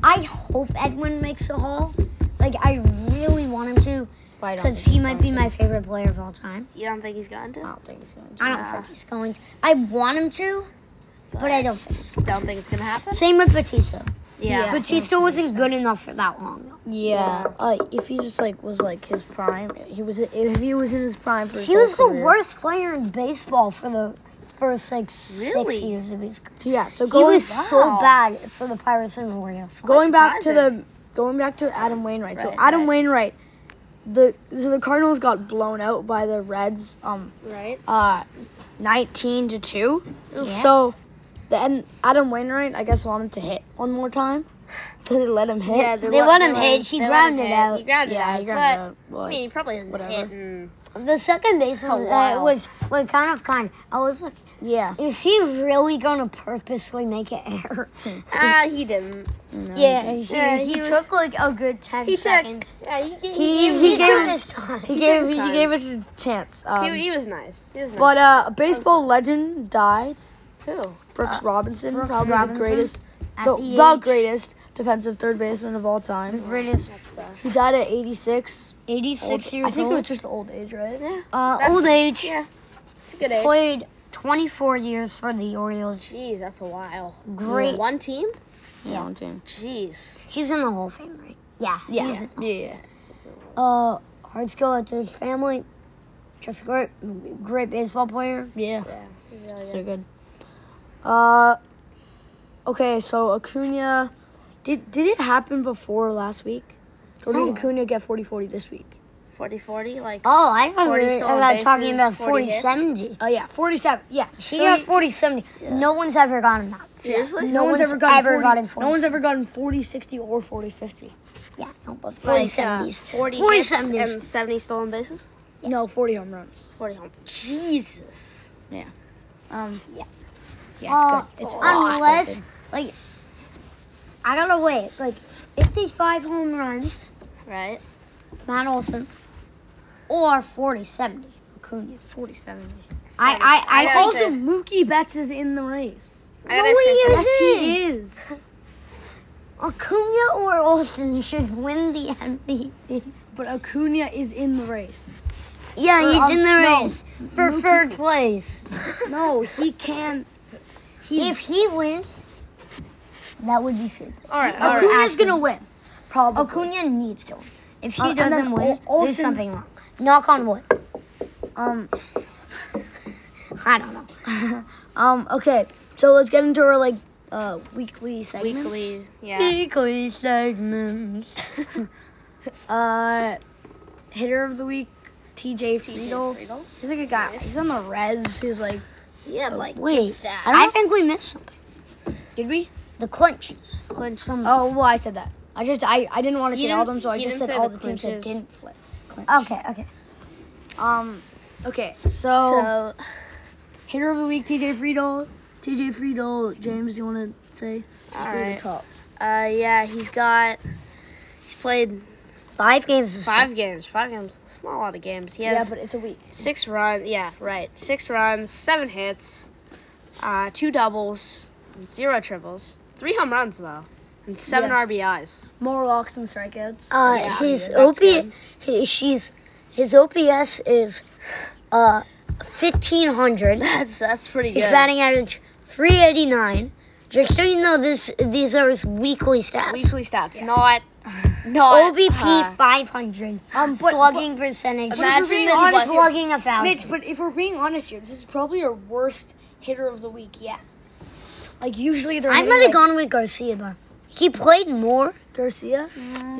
[SPEAKER 1] I hope Edwin makes the Hall. Like I really want him to,
[SPEAKER 2] but I don't
[SPEAKER 1] because
[SPEAKER 2] think
[SPEAKER 1] he
[SPEAKER 2] he's
[SPEAKER 1] might be
[SPEAKER 2] going to.
[SPEAKER 1] my favorite player of all time.
[SPEAKER 3] You don't think he's going
[SPEAKER 2] I
[SPEAKER 3] to?
[SPEAKER 2] don't think he's going to.
[SPEAKER 1] I don't
[SPEAKER 3] Yeah.
[SPEAKER 1] think he's going to. I want him to, but I don't think. he's going
[SPEAKER 3] Don't think it's gonna happen.
[SPEAKER 1] to. Same with Batista.
[SPEAKER 2] Yeah.
[SPEAKER 1] Batista wasn't good enough for that long.
[SPEAKER 2] Yeah. Uh, if he just like was like his prime, he was if he was in his prime for his
[SPEAKER 1] He
[SPEAKER 2] whole
[SPEAKER 1] was the
[SPEAKER 2] career-
[SPEAKER 1] worst player in baseball for the first like
[SPEAKER 3] Really?
[SPEAKER 1] six years of his career.
[SPEAKER 2] Yeah. So
[SPEAKER 1] He
[SPEAKER 2] going
[SPEAKER 1] was so
[SPEAKER 3] Wow.
[SPEAKER 1] bad for the Pirates and the Orioles.
[SPEAKER 2] going back to
[SPEAKER 3] surprising.
[SPEAKER 2] the going back to Adam Wainwright. so
[SPEAKER 3] Right,
[SPEAKER 2] Adam
[SPEAKER 3] right.
[SPEAKER 2] Wainwright, the so the Cardinals got blown out by the Reds, um,
[SPEAKER 3] Right.
[SPEAKER 2] uh, nineteen to two.
[SPEAKER 1] Yeah.
[SPEAKER 2] So then Adam Wainwright, I guess, wanted to hit one more time, <laughs> so they let him hit.
[SPEAKER 1] They
[SPEAKER 3] let-
[SPEAKER 1] let him
[SPEAKER 3] let
[SPEAKER 1] hit, he
[SPEAKER 3] they let
[SPEAKER 1] grounded
[SPEAKER 3] him hit,
[SPEAKER 1] out.
[SPEAKER 3] He grounded
[SPEAKER 2] yeah,
[SPEAKER 3] out.
[SPEAKER 2] you're
[SPEAKER 3] but,
[SPEAKER 2] gonna
[SPEAKER 3] I
[SPEAKER 2] like,
[SPEAKER 3] mean, he probably hasn't
[SPEAKER 2] whatever.
[SPEAKER 3] hit. In,
[SPEAKER 1] The second baseman
[SPEAKER 3] Oh,
[SPEAKER 1] uh,
[SPEAKER 3] wow.
[SPEAKER 1] was was kind of kind. I was like,
[SPEAKER 2] yeah.
[SPEAKER 1] is he really gonna purposely make an error?
[SPEAKER 3] ah, he didn't.
[SPEAKER 2] no.
[SPEAKER 1] yeah, he,
[SPEAKER 3] Yeah,
[SPEAKER 1] he,
[SPEAKER 3] he was-
[SPEAKER 1] took like a good ten
[SPEAKER 3] He took.
[SPEAKER 1] seconds.
[SPEAKER 3] Yeah, he, he,
[SPEAKER 2] He-
[SPEAKER 3] he,
[SPEAKER 1] He,
[SPEAKER 2] he gave-
[SPEAKER 1] took his time.
[SPEAKER 2] He
[SPEAKER 3] took
[SPEAKER 2] gave
[SPEAKER 3] his
[SPEAKER 2] he
[SPEAKER 3] time.
[SPEAKER 2] gave us a chance. Um,
[SPEAKER 3] he was nice. He was nice.
[SPEAKER 2] but uh, a baseball legend died.
[SPEAKER 3] who?
[SPEAKER 2] Brooks
[SPEAKER 3] Uh,
[SPEAKER 2] Robinson,
[SPEAKER 1] Brooks
[SPEAKER 2] probably
[SPEAKER 1] Robinson
[SPEAKER 2] the greatest,
[SPEAKER 1] at
[SPEAKER 2] the,
[SPEAKER 1] the
[SPEAKER 2] the
[SPEAKER 1] age-
[SPEAKER 2] greatest defensive third baseman of all time.
[SPEAKER 1] Greatest,
[SPEAKER 3] That's uh,
[SPEAKER 2] He died at 86.
[SPEAKER 1] eighty
[SPEAKER 2] Old-
[SPEAKER 1] six years
[SPEAKER 2] I think
[SPEAKER 1] old.
[SPEAKER 2] it was just old age, right?
[SPEAKER 3] yeah.
[SPEAKER 1] uh,
[SPEAKER 3] that's-
[SPEAKER 1] old age.
[SPEAKER 3] Yeah, it's a good age.
[SPEAKER 1] Played twenty four years for the Orioles.
[SPEAKER 3] Jeez, that's a while.
[SPEAKER 1] Great.
[SPEAKER 3] One team.
[SPEAKER 2] Yeah. on team.
[SPEAKER 3] Jeez.
[SPEAKER 1] He's in the Hall of Fame, right? Yeah,
[SPEAKER 2] Yeah.
[SPEAKER 1] He's
[SPEAKER 2] Yeah. yeah.
[SPEAKER 1] Uh, hard skill to his family. Just great, great baseball player.
[SPEAKER 2] Yeah.
[SPEAKER 3] Yeah. he's really
[SPEAKER 2] So good. Uh, okay, so Acuna, did did it happen before last week? Or did
[SPEAKER 1] No.
[SPEAKER 2] Acuna get 40-40 this week?
[SPEAKER 3] good. 40 40, like.
[SPEAKER 1] Oh, I thought we
[SPEAKER 3] 40
[SPEAKER 1] were
[SPEAKER 3] stolen
[SPEAKER 1] about talking
[SPEAKER 3] bases,
[SPEAKER 1] about
[SPEAKER 3] 40
[SPEAKER 1] 40
[SPEAKER 3] hits.
[SPEAKER 1] 70.
[SPEAKER 2] Oh yeah, 47. Yeah.
[SPEAKER 1] He
[SPEAKER 2] So
[SPEAKER 1] got
[SPEAKER 2] he-
[SPEAKER 1] 40 70. No one's ever gotten that.
[SPEAKER 3] Seriously?
[SPEAKER 2] no, one's, ever gotten, 40, No one's
[SPEAKER 1] 40.
[SPEAKER 2] ever gotten 40 60 or 40 50.
[SPEAKER 1] Yeah, no, but
[SPEAKER 2] uh,
[SPEAKER 1] 40
[SPEAKER 3] Like,
[SPEAKER 1] 70s.
[SPEAKER 3] 40,
[SPEAKER 1] 40
[SPEAKER 3] hits
[SPEAKER 1] 70s.
[SPEAKER 3] and 70 stolen bases?
[SPEAKER 2] No, 40 home runs.
[SPEAKER 3] 40 home. Jesus.
[SPEAKER 2] Um,
[SPEAKER 1] Yeah.
[SPEAKER 2] Yeah, it's good. It's
[SPEAKER 1] Uh,
[SPEAKER 2] awesome.
[SPEAKER 1] unless, like, I don't know, wait, like, 55 home runs,
[SPEAKER 3] Right?
[SPEAKER 1] Matt Olson, or 40 70. Acuna.
[SPEAKER 2] 47.
[SPEAKER 1] I, I, I,
[SPEAKER 3] Yeah,
[SPEAKER 1] also.
[SPEAKER 3] he's
[SPEAKER 2] Also, Mookie Betts is in the race.
[SPEAKER 3] I
[SPEAKER 1] No, he
[SPEAKER 3] gotta
[SPEAKER 1] is-
[SPEAKER 3] say,
[SPEAKER 2] Yes,
[SPEAKER 1] he
[SPEAKER 2] he is.
[SPEAKER 1] Acuna or Olsen should win the MVP.
[SPEAKER 2] But Acuna is in the race.
[SPEAKER 1] Yeah,
[SPEAKER 2] Or,
[SPEAKER 1] he's
[SPEAKER 2] um,
[SPEAKER 1] in the
[SPEAKER 2] no,
[SPEAKER 1] race for
[SPEAKER 2] Mookie-
[SPEAKER 1] third place.
[SPEAKER 2] No, he can. He
[SPEAKER 1] If he wins, that would be super.
[SPEAKER 3] Alright,
[SPEAKER 1] Acuna-
[SPEAKER 3] alright.
[SPEAKER 2] Acuna's gonna win. Probably.
[SPEAKER 1] Acuna needs to win. If he
[SPEAKER 2] Uh, and then
[SPEAKER 1] doesn't win,
[SPEAKER 2] Ol-
[SPEAKER 1] there's
[SPEAKER 2] Olsen-
[SPEAKER 1] something wrong. Knock on wood.
[SPEAKER 2] Um.
[SPEAKER 1] I don't know.
[SPEAKER 2] Um. Okay. So let's get into our like uh weekly segments.
[SPEAKER 3] Weekly. Yeah.
[SPEAKER 1] Weekly segments.
[SPEAKER 2] <laughs> Uh, hitter of the week, T.J. Friedel.
[SPEAKER 3] Friedel?
[SPEAKER 2] He's like a guy. He's on the Reds. Who's like.
[SPEAKER 3] Yeah, like good
[SPEAKER 1] Wait,
[SPEAKER 3] stats.
[SPEAKER 1] I think we missed something.
[SPEAKER 2] Did we?
[SPEAKER 1] The clinches.
[SPEAKER 3] Clinch. Uh,
[SPEAKER 2] Oh well, I said that. I just I, I didn't want to
[SPEAKER 3] You
[SPEAKER 2] say all of
[SPEAKER 3] didn't-
[SPEAKER 2] them, so I
[SPEAKER 3] you
[SPEAKER 2] just
[SPEAKER 3] didn't
[SPEAKER 2] said
[SPEAKER 3] say
[SPEAKER 2] all
[SPEAKER 3] the
[SPEAKER 2] the teams that
[SPEAKER 3] clinches.
[SPEAKER 2] didn't flip.
[SPEAKER 1] Okay, okay.
[SPEAKER 2] Um. Okay.
[SPEAKER 3] So,
[SPEAKER 2] Hitter of the week, TJ Friedel. TJ Friedel, James, do you want to say?
[SPEAKER 3] all
[SPEAKER 2] You're the
[SPEAKER 3] right.
[SPEAKER 2] top.
[SPEAKER 3] Uh, yeah, he's got. He's played
[SPEAKER 1] Five games this
[SPEAKER 3] five games. Five games. It's not a lot of games. He
[SPEAKER 2] Yeah,
[SPEAKER 3] has
[SPEAKER 2] but it's a week.
[SPEAKER 3] six runs. Yeah, right. Six runs, seven hits, uh, two doubles, zero triples, three home runs though, and seven
[SPEAKER 2] Yeah.
[SPEAKER 3] RBIs.
[SPEAKER 2] More walks than strikeouts.
[SPEAKER 1] Uh,
[SPEAKER 3] Yeah,
[SPEAKER 1] his
[SPEAKER 3] yeah, that's
[SPEAKER 1] OP, he, she's, his OPS is, uh, fifteen hundred.
[SPEAKER 3] That's that's pretty
[SPEAKER 1] His
[SPEAKER 3] good.
[SPEAKER 1] batting average three eighty nine. Just so you know, this these are his weekly stats.
[SPEAKER 3] Weekly stats, not not
[SPEAKER 1] OBP
[SPEAKER 3] uh,
[SPEAKER 1] five hundred.
[SPEAKER 2] Um, but-
[SPEAKER 1] slugging percentage.
[SPEAKER 3] Imagine
[SPEAKER 1] Slugging
[SPEAKER 3] this
[SPEAKER 1] on
[SPEAKER 3] was-
[SPEAKER 1] slugging a foul.
[SPEAKER 2] Mitch, but if we're being honest here, this is probably our worst hitter of the week yet. Like usually they're.
[SPEAKER 1] I
[SPEAKER 2] hitting,
[SPEAKER 1] might have
[SPEAKER 2] like,
[SPEAKER 1] gone with Garcia though. He played more.
[SPEAKER 2] Garcia.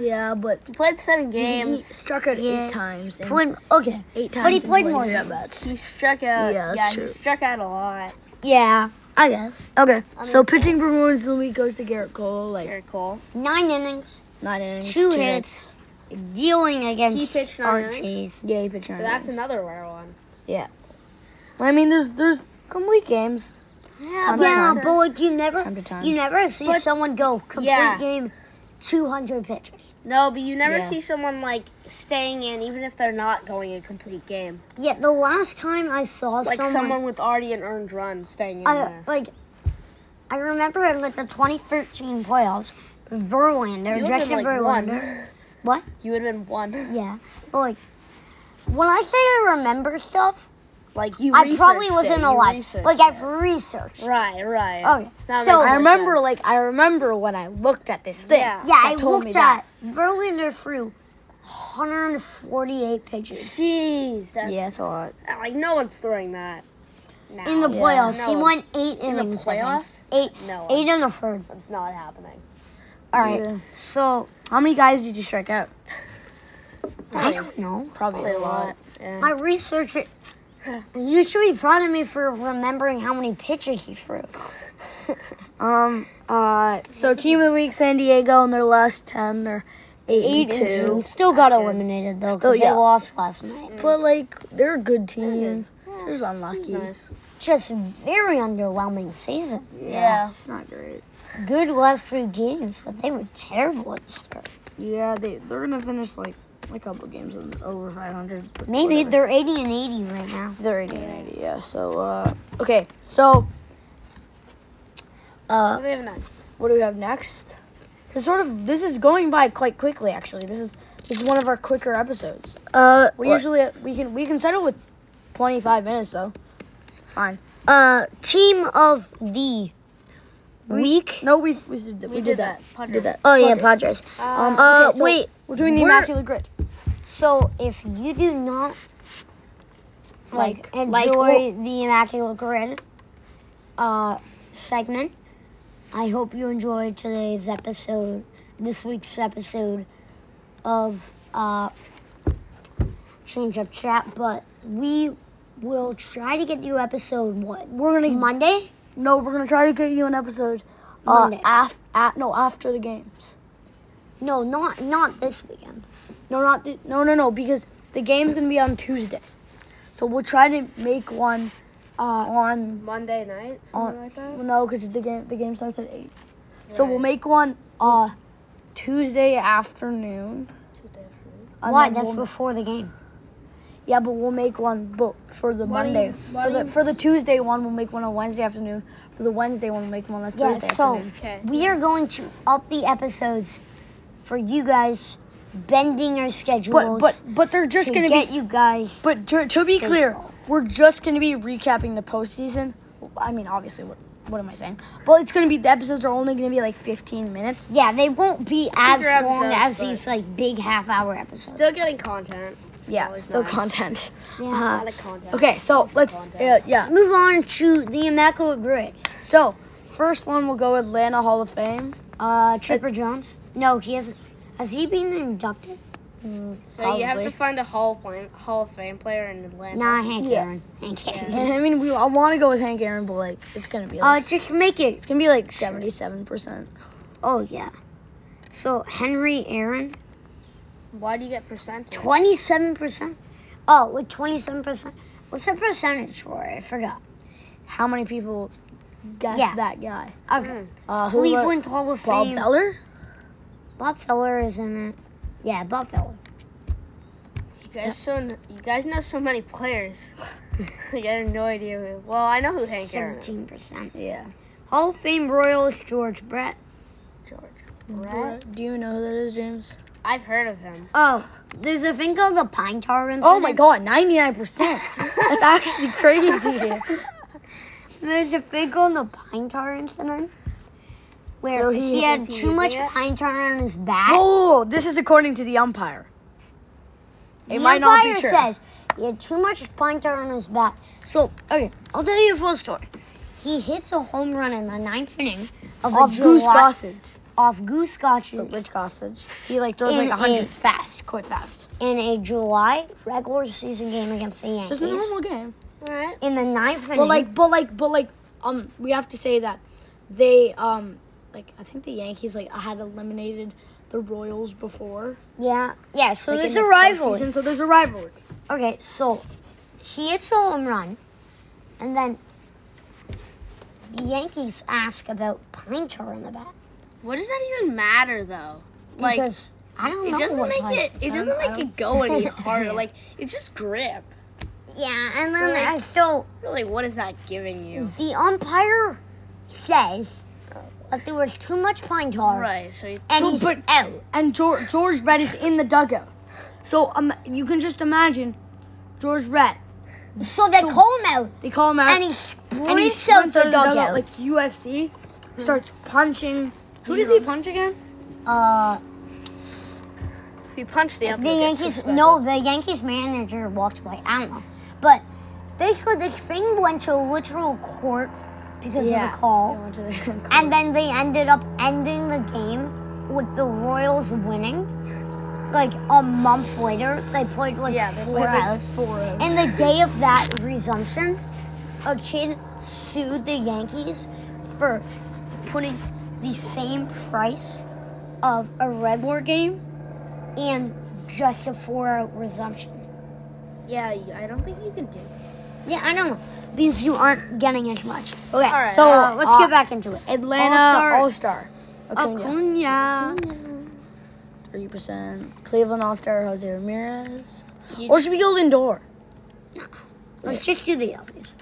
[SPEAKER 2] Yeah, but
[SPEAKER 3] he played seven
[SPEAKER 2] he, he
[SPEAKER 3] games.
[SPEAKER 2] struck out
[SPEAKER 1] Yeah.
[SPEAKER 2] eight times. And
[SPEAKER 1] Played, okay.
[SPEAKER 2] eight times.
[SPEAKER 1] but he
[SPEAKER 2] and
[SPEAKER 1] played
[SPEAKER 2] 23
[SPEAKER 1] more than
[SPEAKER 2] at-bats.
[SPEAKER 3] He, struck
[SPEAKER 2] Yeah,
[SPEAKER 3] out. Yeah,
[SPEAKER 2] that's true.
[SPEAKER 3] he struck out a lot.
[SPEAKER 1] Yeah, I guess.
[SPEAKER 2] Okay,
[SPEAKER 3] I'm
[SPEAKER 2] so
[SPEAKER 3] with that.
[SPEAKER 2] pitching performance of the week goes to Garrett Cole, like
[SPEAKER 3] Very cool.
[SPEAKER 1] Nine innings,
[SPEAKER 2] nine innings,
[SPEAKER 1] two, hits, dealing against
[SPEAKER 3] He pitched nine
[SPEAKER 1] Archie's.
[SPEAKER 3] innings?
[SPEAKER 2] Yeah, he pitched nine.
[SPEAKER 3] So that's
[SPEAKER 2] innings.
[SPEAKER 3] another rare one.
[SPEAKER 2] I mean, there's there's complete games.
[SPEAKER 3] Yeah,
[SPEAKER 2] Time to
[SPEAKER 1] Yeah,
[SPEAKER 2] time.
[SPEAKER 1] but like you never,
[SPEAKER 2] Time to time.
[SPEAKER 1] you never see
[SPEAKER 3] But-
[SPEAKER 1] someone go complete
[SPEAKER 3] Yeah.
[SPEAKER 1] game, two hundred pitches.
[SPEAKER 3] no, but you never
[SPEAKER 2] Yeah.
[SPEAKER 3] see someone like staying in, even if they're not going a complete game.
[SPEAKER 1] Yet the last time I saw
[SPEAKER 3] Like someone,
[SPEAKER 1] someone,
[SPEAKER 3] with already an earned run staying in
[SPEAKER 1] I,
[SPEAKER 3] there.
[SPEAKER 1] like, I remember in like the twenty thirteen playoffs, Verlander,
[SPEAKER 3] You would've
[SPEAKER 1] Justin
[SPEAKER 3] been like
[SPEAKER 1] Verlander.
[SPEAKER 3] one.
[SPEAKER 1] What?
[SPEAKER 3] You would have
[SPEAKER 1] <laughs>
[SPEAKER 2] <laughs>
[SPEAKER 3] been one.
[SPEAKER 1] Yeah, but like, when I say I remember stuff,
[SPEAKER 3] Like you.
[SPEAKER 1] I probably
[SPEAKER 3] researched
[SPEAKER 1] wasn't
[SPEAKER 3] it. You
[SPEAKER 1] alive.
[SPEAKER 3] researched
[SPEAKER 1] Like
[SPEAKER 3] it.
[SPEAKER 1] I've researched.
[SPEAKER 3] Right, right.
[SPEAKER 1] Okay,
[SPEAKER 3] That
[SPEAKER 1] so-
[SPEAKER 2] I
[SPEAKER 3] makes more
[SPEAKER 2] remember,
[SPEAKER 3] sense.
[SPEAKER 2] like, I remember when I looked at this thing.
[SPEAKER 3] Yeah.
[SPEAKER 1] Oh, Yeah,
[SPEAKER 2] that
[SPEAKER 1] I
[SPEAKER 2] told me
[SPEAKER 1] looked
[SPEAKER 2] that.
[SPEAKER 1] at Verlander threw 148 pitches
[SPEAKER 3] Jeez, that's
[SPEAKER 2] Yeah, that's a lot.
[SPEAKER 3] like no one's throwing that. Now.
[SPEAKER 1] in the
[SPEAKER 2] Yeah.
[SPEAKER 1] playoffs.
[SPEAKER 3] No
[SPEAKER 1] he
[SPEAKER 3] one-
[SPEAKER 1] won eight
[SPEAKER 3] in the
[SPEAKER 1] innings. I think.
[SPEAKER 3] playoffs?
[SPEAKER 1] Eight.
[SPEAKER 3] No
[SPEAKER 1] Eight in the third.
[SPEAKER 3] It's not happening.
[SPEAKER 1] All right.
[SPEAKER 2] Yeah.
[SPEAKER 1] So
[SPEAKER 2] How many guys did you strike out?
[SPEAKER 1] I don't know.
[SPEAKER 2] Probably, a lot. Yeah.
[SPEAKER 1] My research. You should be proud of me for remembering how many pitches he threw.
[SPEAKER 2] Um. Uh. So team of the week, San Diego, in their last ten, they're eight,
[SPEAKER 1] Eight
[SPEAKER 2] and two.
[SPEAKER 1] and two. Still got eliminated though
[SPEAKER 2] Still,
[SPEAKER 1] because
[SPEAKER 2] yeah.
[SPEAKER 1] they lost last night.
[SPEAKER 2] But like, they're a good team. They're just unlucky.
[SPEAKER 1] Just very underwhelming season.
[SPEAKER 2] Yeah. it's not great.
[SPEAKER 1] Good last three games, but they were terrible at the start.
[SPEAKER 2] Yeah, they they're gonna finish like a couple games in over 500. but
[SPEAKER 1] Maybe
[SPEAKER 2] whatever.
[SPEAKER 1] they're 80 and 80 right now.
[SPEAKER 2] they're 80 and 80. Yeah. So uh, okay. So uh,
[SPEAKER 1] Uh,
[SPEAKER 3] What do we have next?
[SPEAKER 2] what do we have next? This sort of this is going by quite quickly actually. This is this is one of our quicker episodes.
[SPEAKER 1] Uh,
[SPEAKER 2] We usually we can we can settle with 25 minutes though. It's fine.
[SPEAKER 1] uh, team of the week.
[SPEAKER 2] No, we we did that. We, did that.
[SPEAKER 3] Padres.
[SPEAKER 2] Did that.
[SPEAKER 1] Oh yeah, Padres.
[SPEAKER 2] Padres.
[SPEAKER 3] Um,
[SPEAKER 1] Uh,
[SPEAKER 2] okay, so-
[SPEAKER 1] wait.
[SPEAKER 2] We're doing the
[SPEAKER 1] We're-
[SPEAKER 2] immaculate grid.
[SPEAKER 1] So if you do not like, enjoy
[SPEAKER 2] like oh.
[SPEAKER 1] the Immaculate Grid uh, segment, I hope you enjoyed today's episode, this week's episode of uh, Change Up Chat. But we will try to get you episode what
[SPEAKER 2] We're gonna
[SPEAKER 1] Monday.
[SPEAKER 2] no. We're gonna try to get you an episode. Uh,
[SPEAKER 1] Monday.
[SPEAKER 2] af, at, no after the games.
[SPEAKER 1] No, not not this weekend.
[SPEAKER 2] No, not the, no, no, no. Because the game's gonna be on Tuesday, so we'll try to make one uh, on
[SPEAKER 3] Monday night,
[SPEAKER 2] on.
[SPEAKER 1] uh,
[SPEAKER 3] something like that.
[SPEAKER 2] No, because the game the game starts at eight. So we'll make one uh Tuesday afternoon. and
[SPEAKER 1] Why?
[SPEAKER 2] Oh, then
[SPEAKER 1] That's
[SPEAKER 2] we'll-
[SPEAKER 1] before the game.
[SPEAKER 2] yeah, but we'll make one book for the
[SPEAKER 3] Why do
[SPEAKER 2] Monday.
[SPEAKER 3] you- why
[SPEAKER 2] for
[SPEAKER 3] do
[SPEAKER 2] the
[SPEAKER 3] you-
[SPEAKER 2] for the Tuesday one, we'll make one on Wednesday afternoon. For the Wednesday one, we'll make one on
[SPEAKER 1] Yeah,
[SPEAKER 2] Thursday
[SPEAKER 1] so
[SPEAKER 2] afternoon.
[SPEAKER 3] Okay.
[SPEAKER 1] we are going to up the episodes for you guys, bending our
[SPEAKER 2] But
[SPEAKER 1] schedules.
[SPEAKER 2] but but they're just
[SPEAKER 1] to
[SPEAKER 2] gonna be
[SPEAKER 1] get you guys.
[SPEAKER 2] But to, to be clear,
[SPEAKER 1] Baseball.
[SPEAKER 2] we're just going to be recapping the postseason. I mean, obviously, what what am I saying? Well, it's going to be the episodes are only going to be like 15 minutes.
[SPEAKER 1] Yeah, they won't be as
[SPEAKER 3] Bigger
[SPEAKER 1] long
[SPEAKER 3] episodes,
[SPEAKER 1] as
[SPEAKER 3] but-
[SPEAKER 1] these like big half-hour episodes.
[SPEAKER 3] Still getting content.
[SPEAKER 2] Yeah,
[SPEAKER 3] Always
[SPEAKER 2] so
[SPEAKER 3] nice.
[SPEAKER 2] content.
[SPEAKER 1] Yeah.
[SPEAKER 3] A lot of content.
[SPEAKER 2] Okay, so let's uh, yeah.
[SPEAKER 1] Move on to the Immaculate Grid.
[SPEAKER 2] So first one we'll go Atlanta Hall of Fame.
[SPEAKER 1] Uh, Tripper Jones. No, he hasn't. Has he been inducted?
[SPEAKER 2] Mm,
[SPEAKER 3] So you have to find a Hall of Fame, Hall of Fame player in Atlanta.
[SPEAKER 1] Nah, Hank
[SPEAKER 2] Yeah.
[SPEAKER 1] Aaron. Hank Aaron.
[SPEAKER 2] <laughs> I mean, we I want to go with Hank Aaron, but like it's going to be
[SPEAKER 1] Uh,
[SPEAKER 2] like,
[SPEAKER 1] just make it.
[SPEAKER 2] it's going to be like 77 percent.
[SPEAKER 1] Oh yeah. So Henry Aaron.
[SPEAKER 3] Why do you get percentage?
[SPEAKER 1] Twenty-seven percent. Oh, with twenty-seven percent. What's the percentage for? it? I forgot.
[SPEAKER 2] How many people guessed
[SPEAKER 1] Yeah.
[SPEAKER 2] that guy?
[SPEAKER 1] Okay.
[SPEAKER 2] Uh, who wrote-
[SPEAKER 1] Cleveland Hall of
[SPEAKER 2] Bob
[SPEAKER 1] Fame.
[SPEAKER 2] Feller.
[SPEAKER 1] Bob Feller is in it. Yeah, Bob Feller.
[SPEAKER 3] You guys so kn- you guys know so many players. <laughs> like I have no idea who. Well, I know who Hank Aaron is.
[SPEAKER 1] Seventeen percent.
[SPEAKER 2] Yeah.
[SPEAKER 1] Hall of Fame Royals George Brett.
[SPEAKER 3] George. Brett.
[SPEAKER 2] Do you know who that is, James?
[SPEAKER 3] I've heard of him.
[SPEAKER 1] Oh, there's a thing called the Pine Tar Incident.
[SPEAKER 2] Oh my
[SPEAKER 1] <laughs>
[SPEAKER 2] god, 99%. That's actually <laughs> crazy.
[SPEAKER 1] There's a thing called the Pine Tar Incident. Where
[SPEAKER 2] So
[SPEAKER 1] he,
[SPEAKER 2] he-
[SPEAKER 1] had
[SPEAKER 3] is he
[SPEAKER 1] too much
[SPEAKER 3] using it?
[SPEAKER 1] pine tar on his back.
[SPEAKER 2] Oh, this is according to the umpire. It
[SPEAKER 1] The
[SPEAKER 2] might not be
[SPEAKER 1] umpire
[SPEAKER 2] true.
[SPEAKER 1] says he had too much punter on his back. So, okay, I'll tell you a full story. He hits a home run in the ninth inning of
[SPEAKER 2] Off
[SPEAKER 1] a
[SPEAKER 2] Goose
[SPEAKER 1] July-
[SPEAKER 2] Gossage.
[SPEAKER 1] off Goose Gossage
[SPEAKER 2] So Rich Gossage. He like throws
[SPEAKER 1] In
[SPEAKER 2] like 100
[SPEAKER 1] a-
[SPEAKER 2] fast, quite fast.
[SPEAKER 1] in a July regular season game against the Yankees.
[SPEAKER 2] Just a normal game.
[SPEAKER 3] All right.
[SPEAKER 1] in the ninth inning,
[SPEAKER 2] But like but like but like um we have to say that they um like I think the Yankees like had eliminated the Royals before.
[SPEAKER 1] Yeah. Yeah, so
[SPEAKER 2] like,
[SPEAKER 1] there's
[SPEAKER 2] in
[SPEAKER 1] a
[SPEAKER 2] this
[SPEAKER 1] rivalry.
[SPEAKER 2] postseason, So there's a rivalry.
[SPEAKER 1] Okay, so he hits a home run, and then the Yankees ask about Pinter in the bat
[SPEAKER 3] What does that even matter though? Like
[SPEAKER 1] because I don't
[SPEAKER 3] it
[SPEAKER 1] know
[SPEAKER 3] doesn't
[SPEAKER 1] what
[SPEAKER 3] make
[SPEAKER 1] Pinter-
[SPEAKER 3] it
[SPEAKER 1] I
[SPEAKER 3] it
[SPEAKER 1] don't-
[SPEAKER 3] doesn't
[SPEAKER 1] I
[SPEAKER 3] make
[SPEAKER 1] don't-
[SPEAKER 2] <laughs>
[SPEAKER 3] it go any harder. Like it's just grip.
[SPEAKER 1] Yeah, and
[SPEAKER 3] So,
[SPEAKER 1] then
[SPEAKER 3] like-
[SPEAKER 1] uh, so
[SPEAKER 3] Really, what is that giving you?
[SPEAKER 1] the umpire says that there was too much pine
[SPEAKER 2] Mm.
[SPEAKER 1] tar,
[SPEAKER 3] Right, so you,
[SPEAKER 1] and
[SPEAKER 2] So,
[SPEAKER 1] he's
[SPEAKER 2] but-
[SPEAKER 1] out.
[SPEAKER 2] And George, George Brett is in the dugout. So um, you can just imagine George Brett.
[SPEAKER 1] So they call him out,
[SPEAKER 2] They call him out.
[SPEAKER 1] and he
[SPEAKER 2] and he
[SPEAKER 1] sprints out
[SPEAKER 2] sprints
[SPEAKER 1] the
[SPEAKER 2] out of the dugout,
[SPEAKER 1] dugout.
[SPEAKER 2] like UFC, starts punching. Who does he punch again?
[SPEAKER 1] uh,
[SPEAKER 3] if you punch the
[SPEAKER 1] the Yankees. No, the Yankees manager walked away. I don't know, but basically this thing went to literal court because of the call.
[SPEAKER 2] They went to the- <laughs>
[SPEAKER 1] And then they ended up ending the game with the Royals winning. Like a month later, they played like
[SPEAKER 3] Yeah, they
[SPEAKER 1] four
[SPEAKER 3] played, like,
[SPEAKER 1] outs.
[SPEAKER 2] four outs.
[SPEAKER 1] And the day of that resumption, a kid sued the Yankees for putting the same price of a regular game and just a four-out resumption.
[SPEAKER 3] Yeah, you- I don't think you can do.
[SPEAKER 1] Yeah, I know because you aren't getting as much. Okay,
[SPEAKER 3] Alright,
[SPEAKER 1] so
[SPEAKER 2] alright.
[SPEAKER 1] let's
[SPEAKER 2] Uh,
[SPEAKER 1] get back into it.
[SPEAKER 2] Atlanta All Star. Acuna.
[SPEAKER 1] Acuna.
[SPEAKER 2] Thirty percent. Cleveland All Star Jose Ramirez.
[SPEAKER 3] You-
[SPEAKER 2] Or should we go Lindor?
[SPEAKER 1] Let's just do the obvious.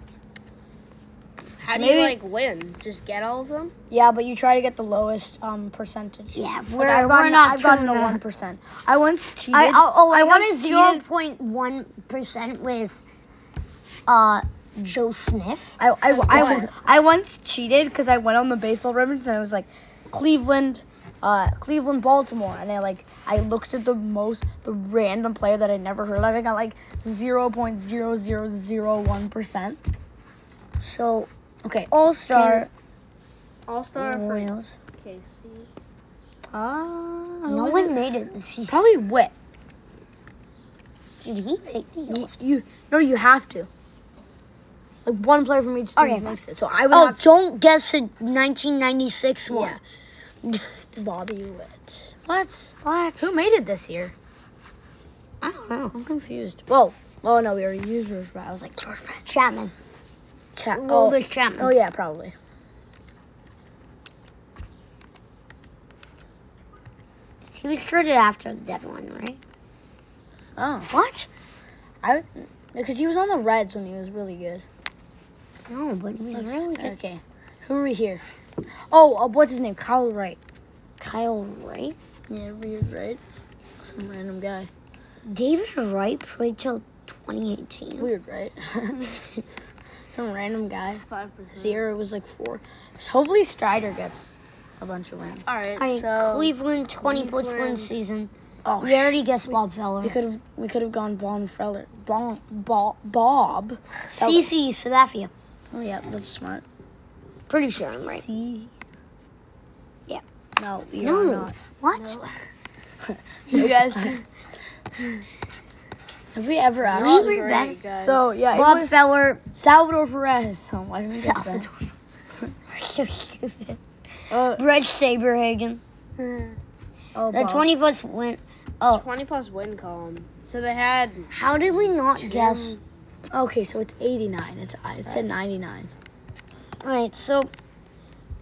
[SPEAKER 3] How do you
[SPEAKER 2] Maybe-
[SPEAKER 3] like win? Just get all of them?
[SPEAKER 2] Yeah, but you try to get the lowest um percentage.
[SPEAKER 1] Yeah, we're,
[SPEAKER 2] Like, I've
[SPEAKER 1] we're
[SPEAKER 2] gotten,
[SPEAKER 1] not.
[SPEAKER 2] I've gotten to
[SPEAKER 1] doing
[SPEAKER 2] one
[SPEAKER 1] that.
[SPEAKER 2] percent. I once cheated.
[SPEAKER 1] I, oh, oh, I,
[SPEAKER 2] once
[SPEAKER 1] got a zero point one percent with uh Joe Smith.
[SPEAKER 2] I, I, I,
[SPEAKER 3] What?
[SPEAKER 2] I once cheated because I went on the baseball reference and I was like, Cleveland, uh, Cleveland, Baltimore, and I like I looked at the most the random player that I never heard of. I got like zero point zero zero zero one percent.
[SPEAKER 1] So
[SPEAKER 2] Okay,
[SPEAKER 1] All Star
[SPEAKER 3] All star for
[SPEAKER 1] Royals.
[SPEAKER 3] KC.
[SPEAKER 2] uh,
[SPEAKER 1] No one made it this year.
[SPEAKER 2] probably Witt.
[SPEAKER 1] Did he make the
[SPEAKER 2] You,
[SPEAKER 1] All Star?
[SPEAKER 2] you no, you have to. Like one player from each team
[SPEAKER 1] Okay,
[SPEAKER 2] makes it. So I would
[SPEAKER 1] Oh,
[SPEAKER 2] have
[SPEAKER 1] don't guess the 1996 one.
[SPEAKER 2] yeah. Bobby Witt. What?
[SPEAKER 1] What?
[SPEAKER 2] Who made it this year?
[SPEAKER 1] I don't know.
[SPEAKER 2] I'm confused. Whoa. Oh no, we already used George Brett. I was like George Brett.
[SPEAKER 1] Chapman.
[SPEAKER 2] Chat. Oh,
[SPEAKER 1] Roller Chapman.
[SPEAKER 2] oh yeah, probably.
[SPEAKER 1] He was traded after the deadline, right?
[SPEAKER 2] Oh,
[SPEAKER 1] What?
[SPEAKER 2] I because he was on the Reds when he was really good.
[SPEAKER 1] No, but he was really good.
[SPEAKER 2] Okay, who are we here? Oh, uh, what's his name? Kyle Wright.
[SPEAKER 1] Kyle Wright.
[SPEAKER 2] Yeah, weird, right? Some random guy.
[SPEAKER 1] David Wright played till 2018.
[SPEAKER 2] <laughs> Weird, right? <laughs> Some random guy.
[SPEAKER 3] Five percent.
[SPEAKER 2] Sierra was like four. So hopefully Strider gets a bunch of wins.
[SPEAKER 3] All right,
[SPEAKER 1] I
[SPEAKER 3] so
[SPEAKER 1] Cleveland 20 plus one
[SPEAKER 3] Cleveland.
[SPEAKER 1] season.
[SPEAKER 2] Oh,
[SPEAKER 1] We already guessed Bob Feller.
[SPEAKER 2] we could have we could have gone Bon Freller. Bon, Bob Bob.
[SPEAKER 1] CC Sabathia.
[SPEAKER 2] Oh yeah, that's smart.
[SPEAKER 1] Pretty sure I'm right.
[SPEAKER 2] See?
[SPEAKER 1] Yeah.
[SPEAKER 2] No,
[SPEAKER 1] No.
[SPEAKER 2] you're not.
[SPEAKER 1] What? <laughs>
[SPEAKER 3] you guys.
[SPEAKER 2] Have we ever
[SPEAKER 1] Not
[SPEAKER 2] actually?
[SPEAKER 1] really bad.
[SPEAKER 2] So yeah, it
[SPEAKER 1] Bob
[SPEAKER 2] was
[SPEAKER 1] Feller. <laughs>
[SPEAKER 2] Salvador Perez. Oh, I didn't guess that.
[SPEAKER 1] You're stupid.
[SPEAKER 2] Uh,
[SPEAKER 1] Brett Saberhagen.
[SPEAKER 2] oh,
[SPEAKER 1] The
[SPEAKER 2] Bob.
[SPEAKER 1] 20 plus win. Oh,
[SPEAKER 3] 20 plus win column. So they had
[SPEAKER 1] how did we not guess?
[SPEAKER 2] Okay, so it's eighty-nine. It's I said ninety-nine.
[SPEAKER 1] All right, so
[SPEAKER 2] Oh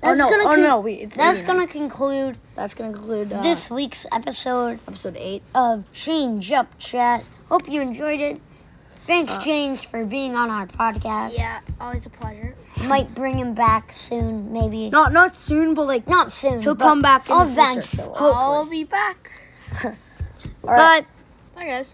[SPEAKER 1] that's
[SPEAKER 2] no!
[SPEAKER 1] gonna
[SPEAKER 2] Oh
[SPEAKER 1] con-
[SPEAKER 2] no! Wait, it's
[SPEAKER 1] that's
[SPEAKER 2] 89.
[SPEAKER 1] gonna conclude
[SPEAKER 2] that's gonna conclude uh,
[SPEAKER 1] this week's episode
[SPEAKER 2] episode eight.
[SPEAKER 1] of Change Up Chat. Hope you enjoyed it. Thanks,
[SPEAKER 2] Uh.
[SPEAKER 1] James, for being on our podcast.
[SPEAKER 3] Yeah, always a pleasure.
[SPEAKER 1] Might bring him back soon, maybe.
[SPEAKER 2] Not not soon, but like
[SPEAKER 1] Not soon.
[SPEAKER 2] he'll
[SPEAKER 1] but
[SPEAKER 2] come back in the future.
[SPEAKER 1] eventually.
[SPEAKER 2] Hopefully.
[SPEAKER 3] I'll be back.
[SPEAKER 2] All right.
[SPEAKER 1] But
[SPEAKER 3] Bye guys.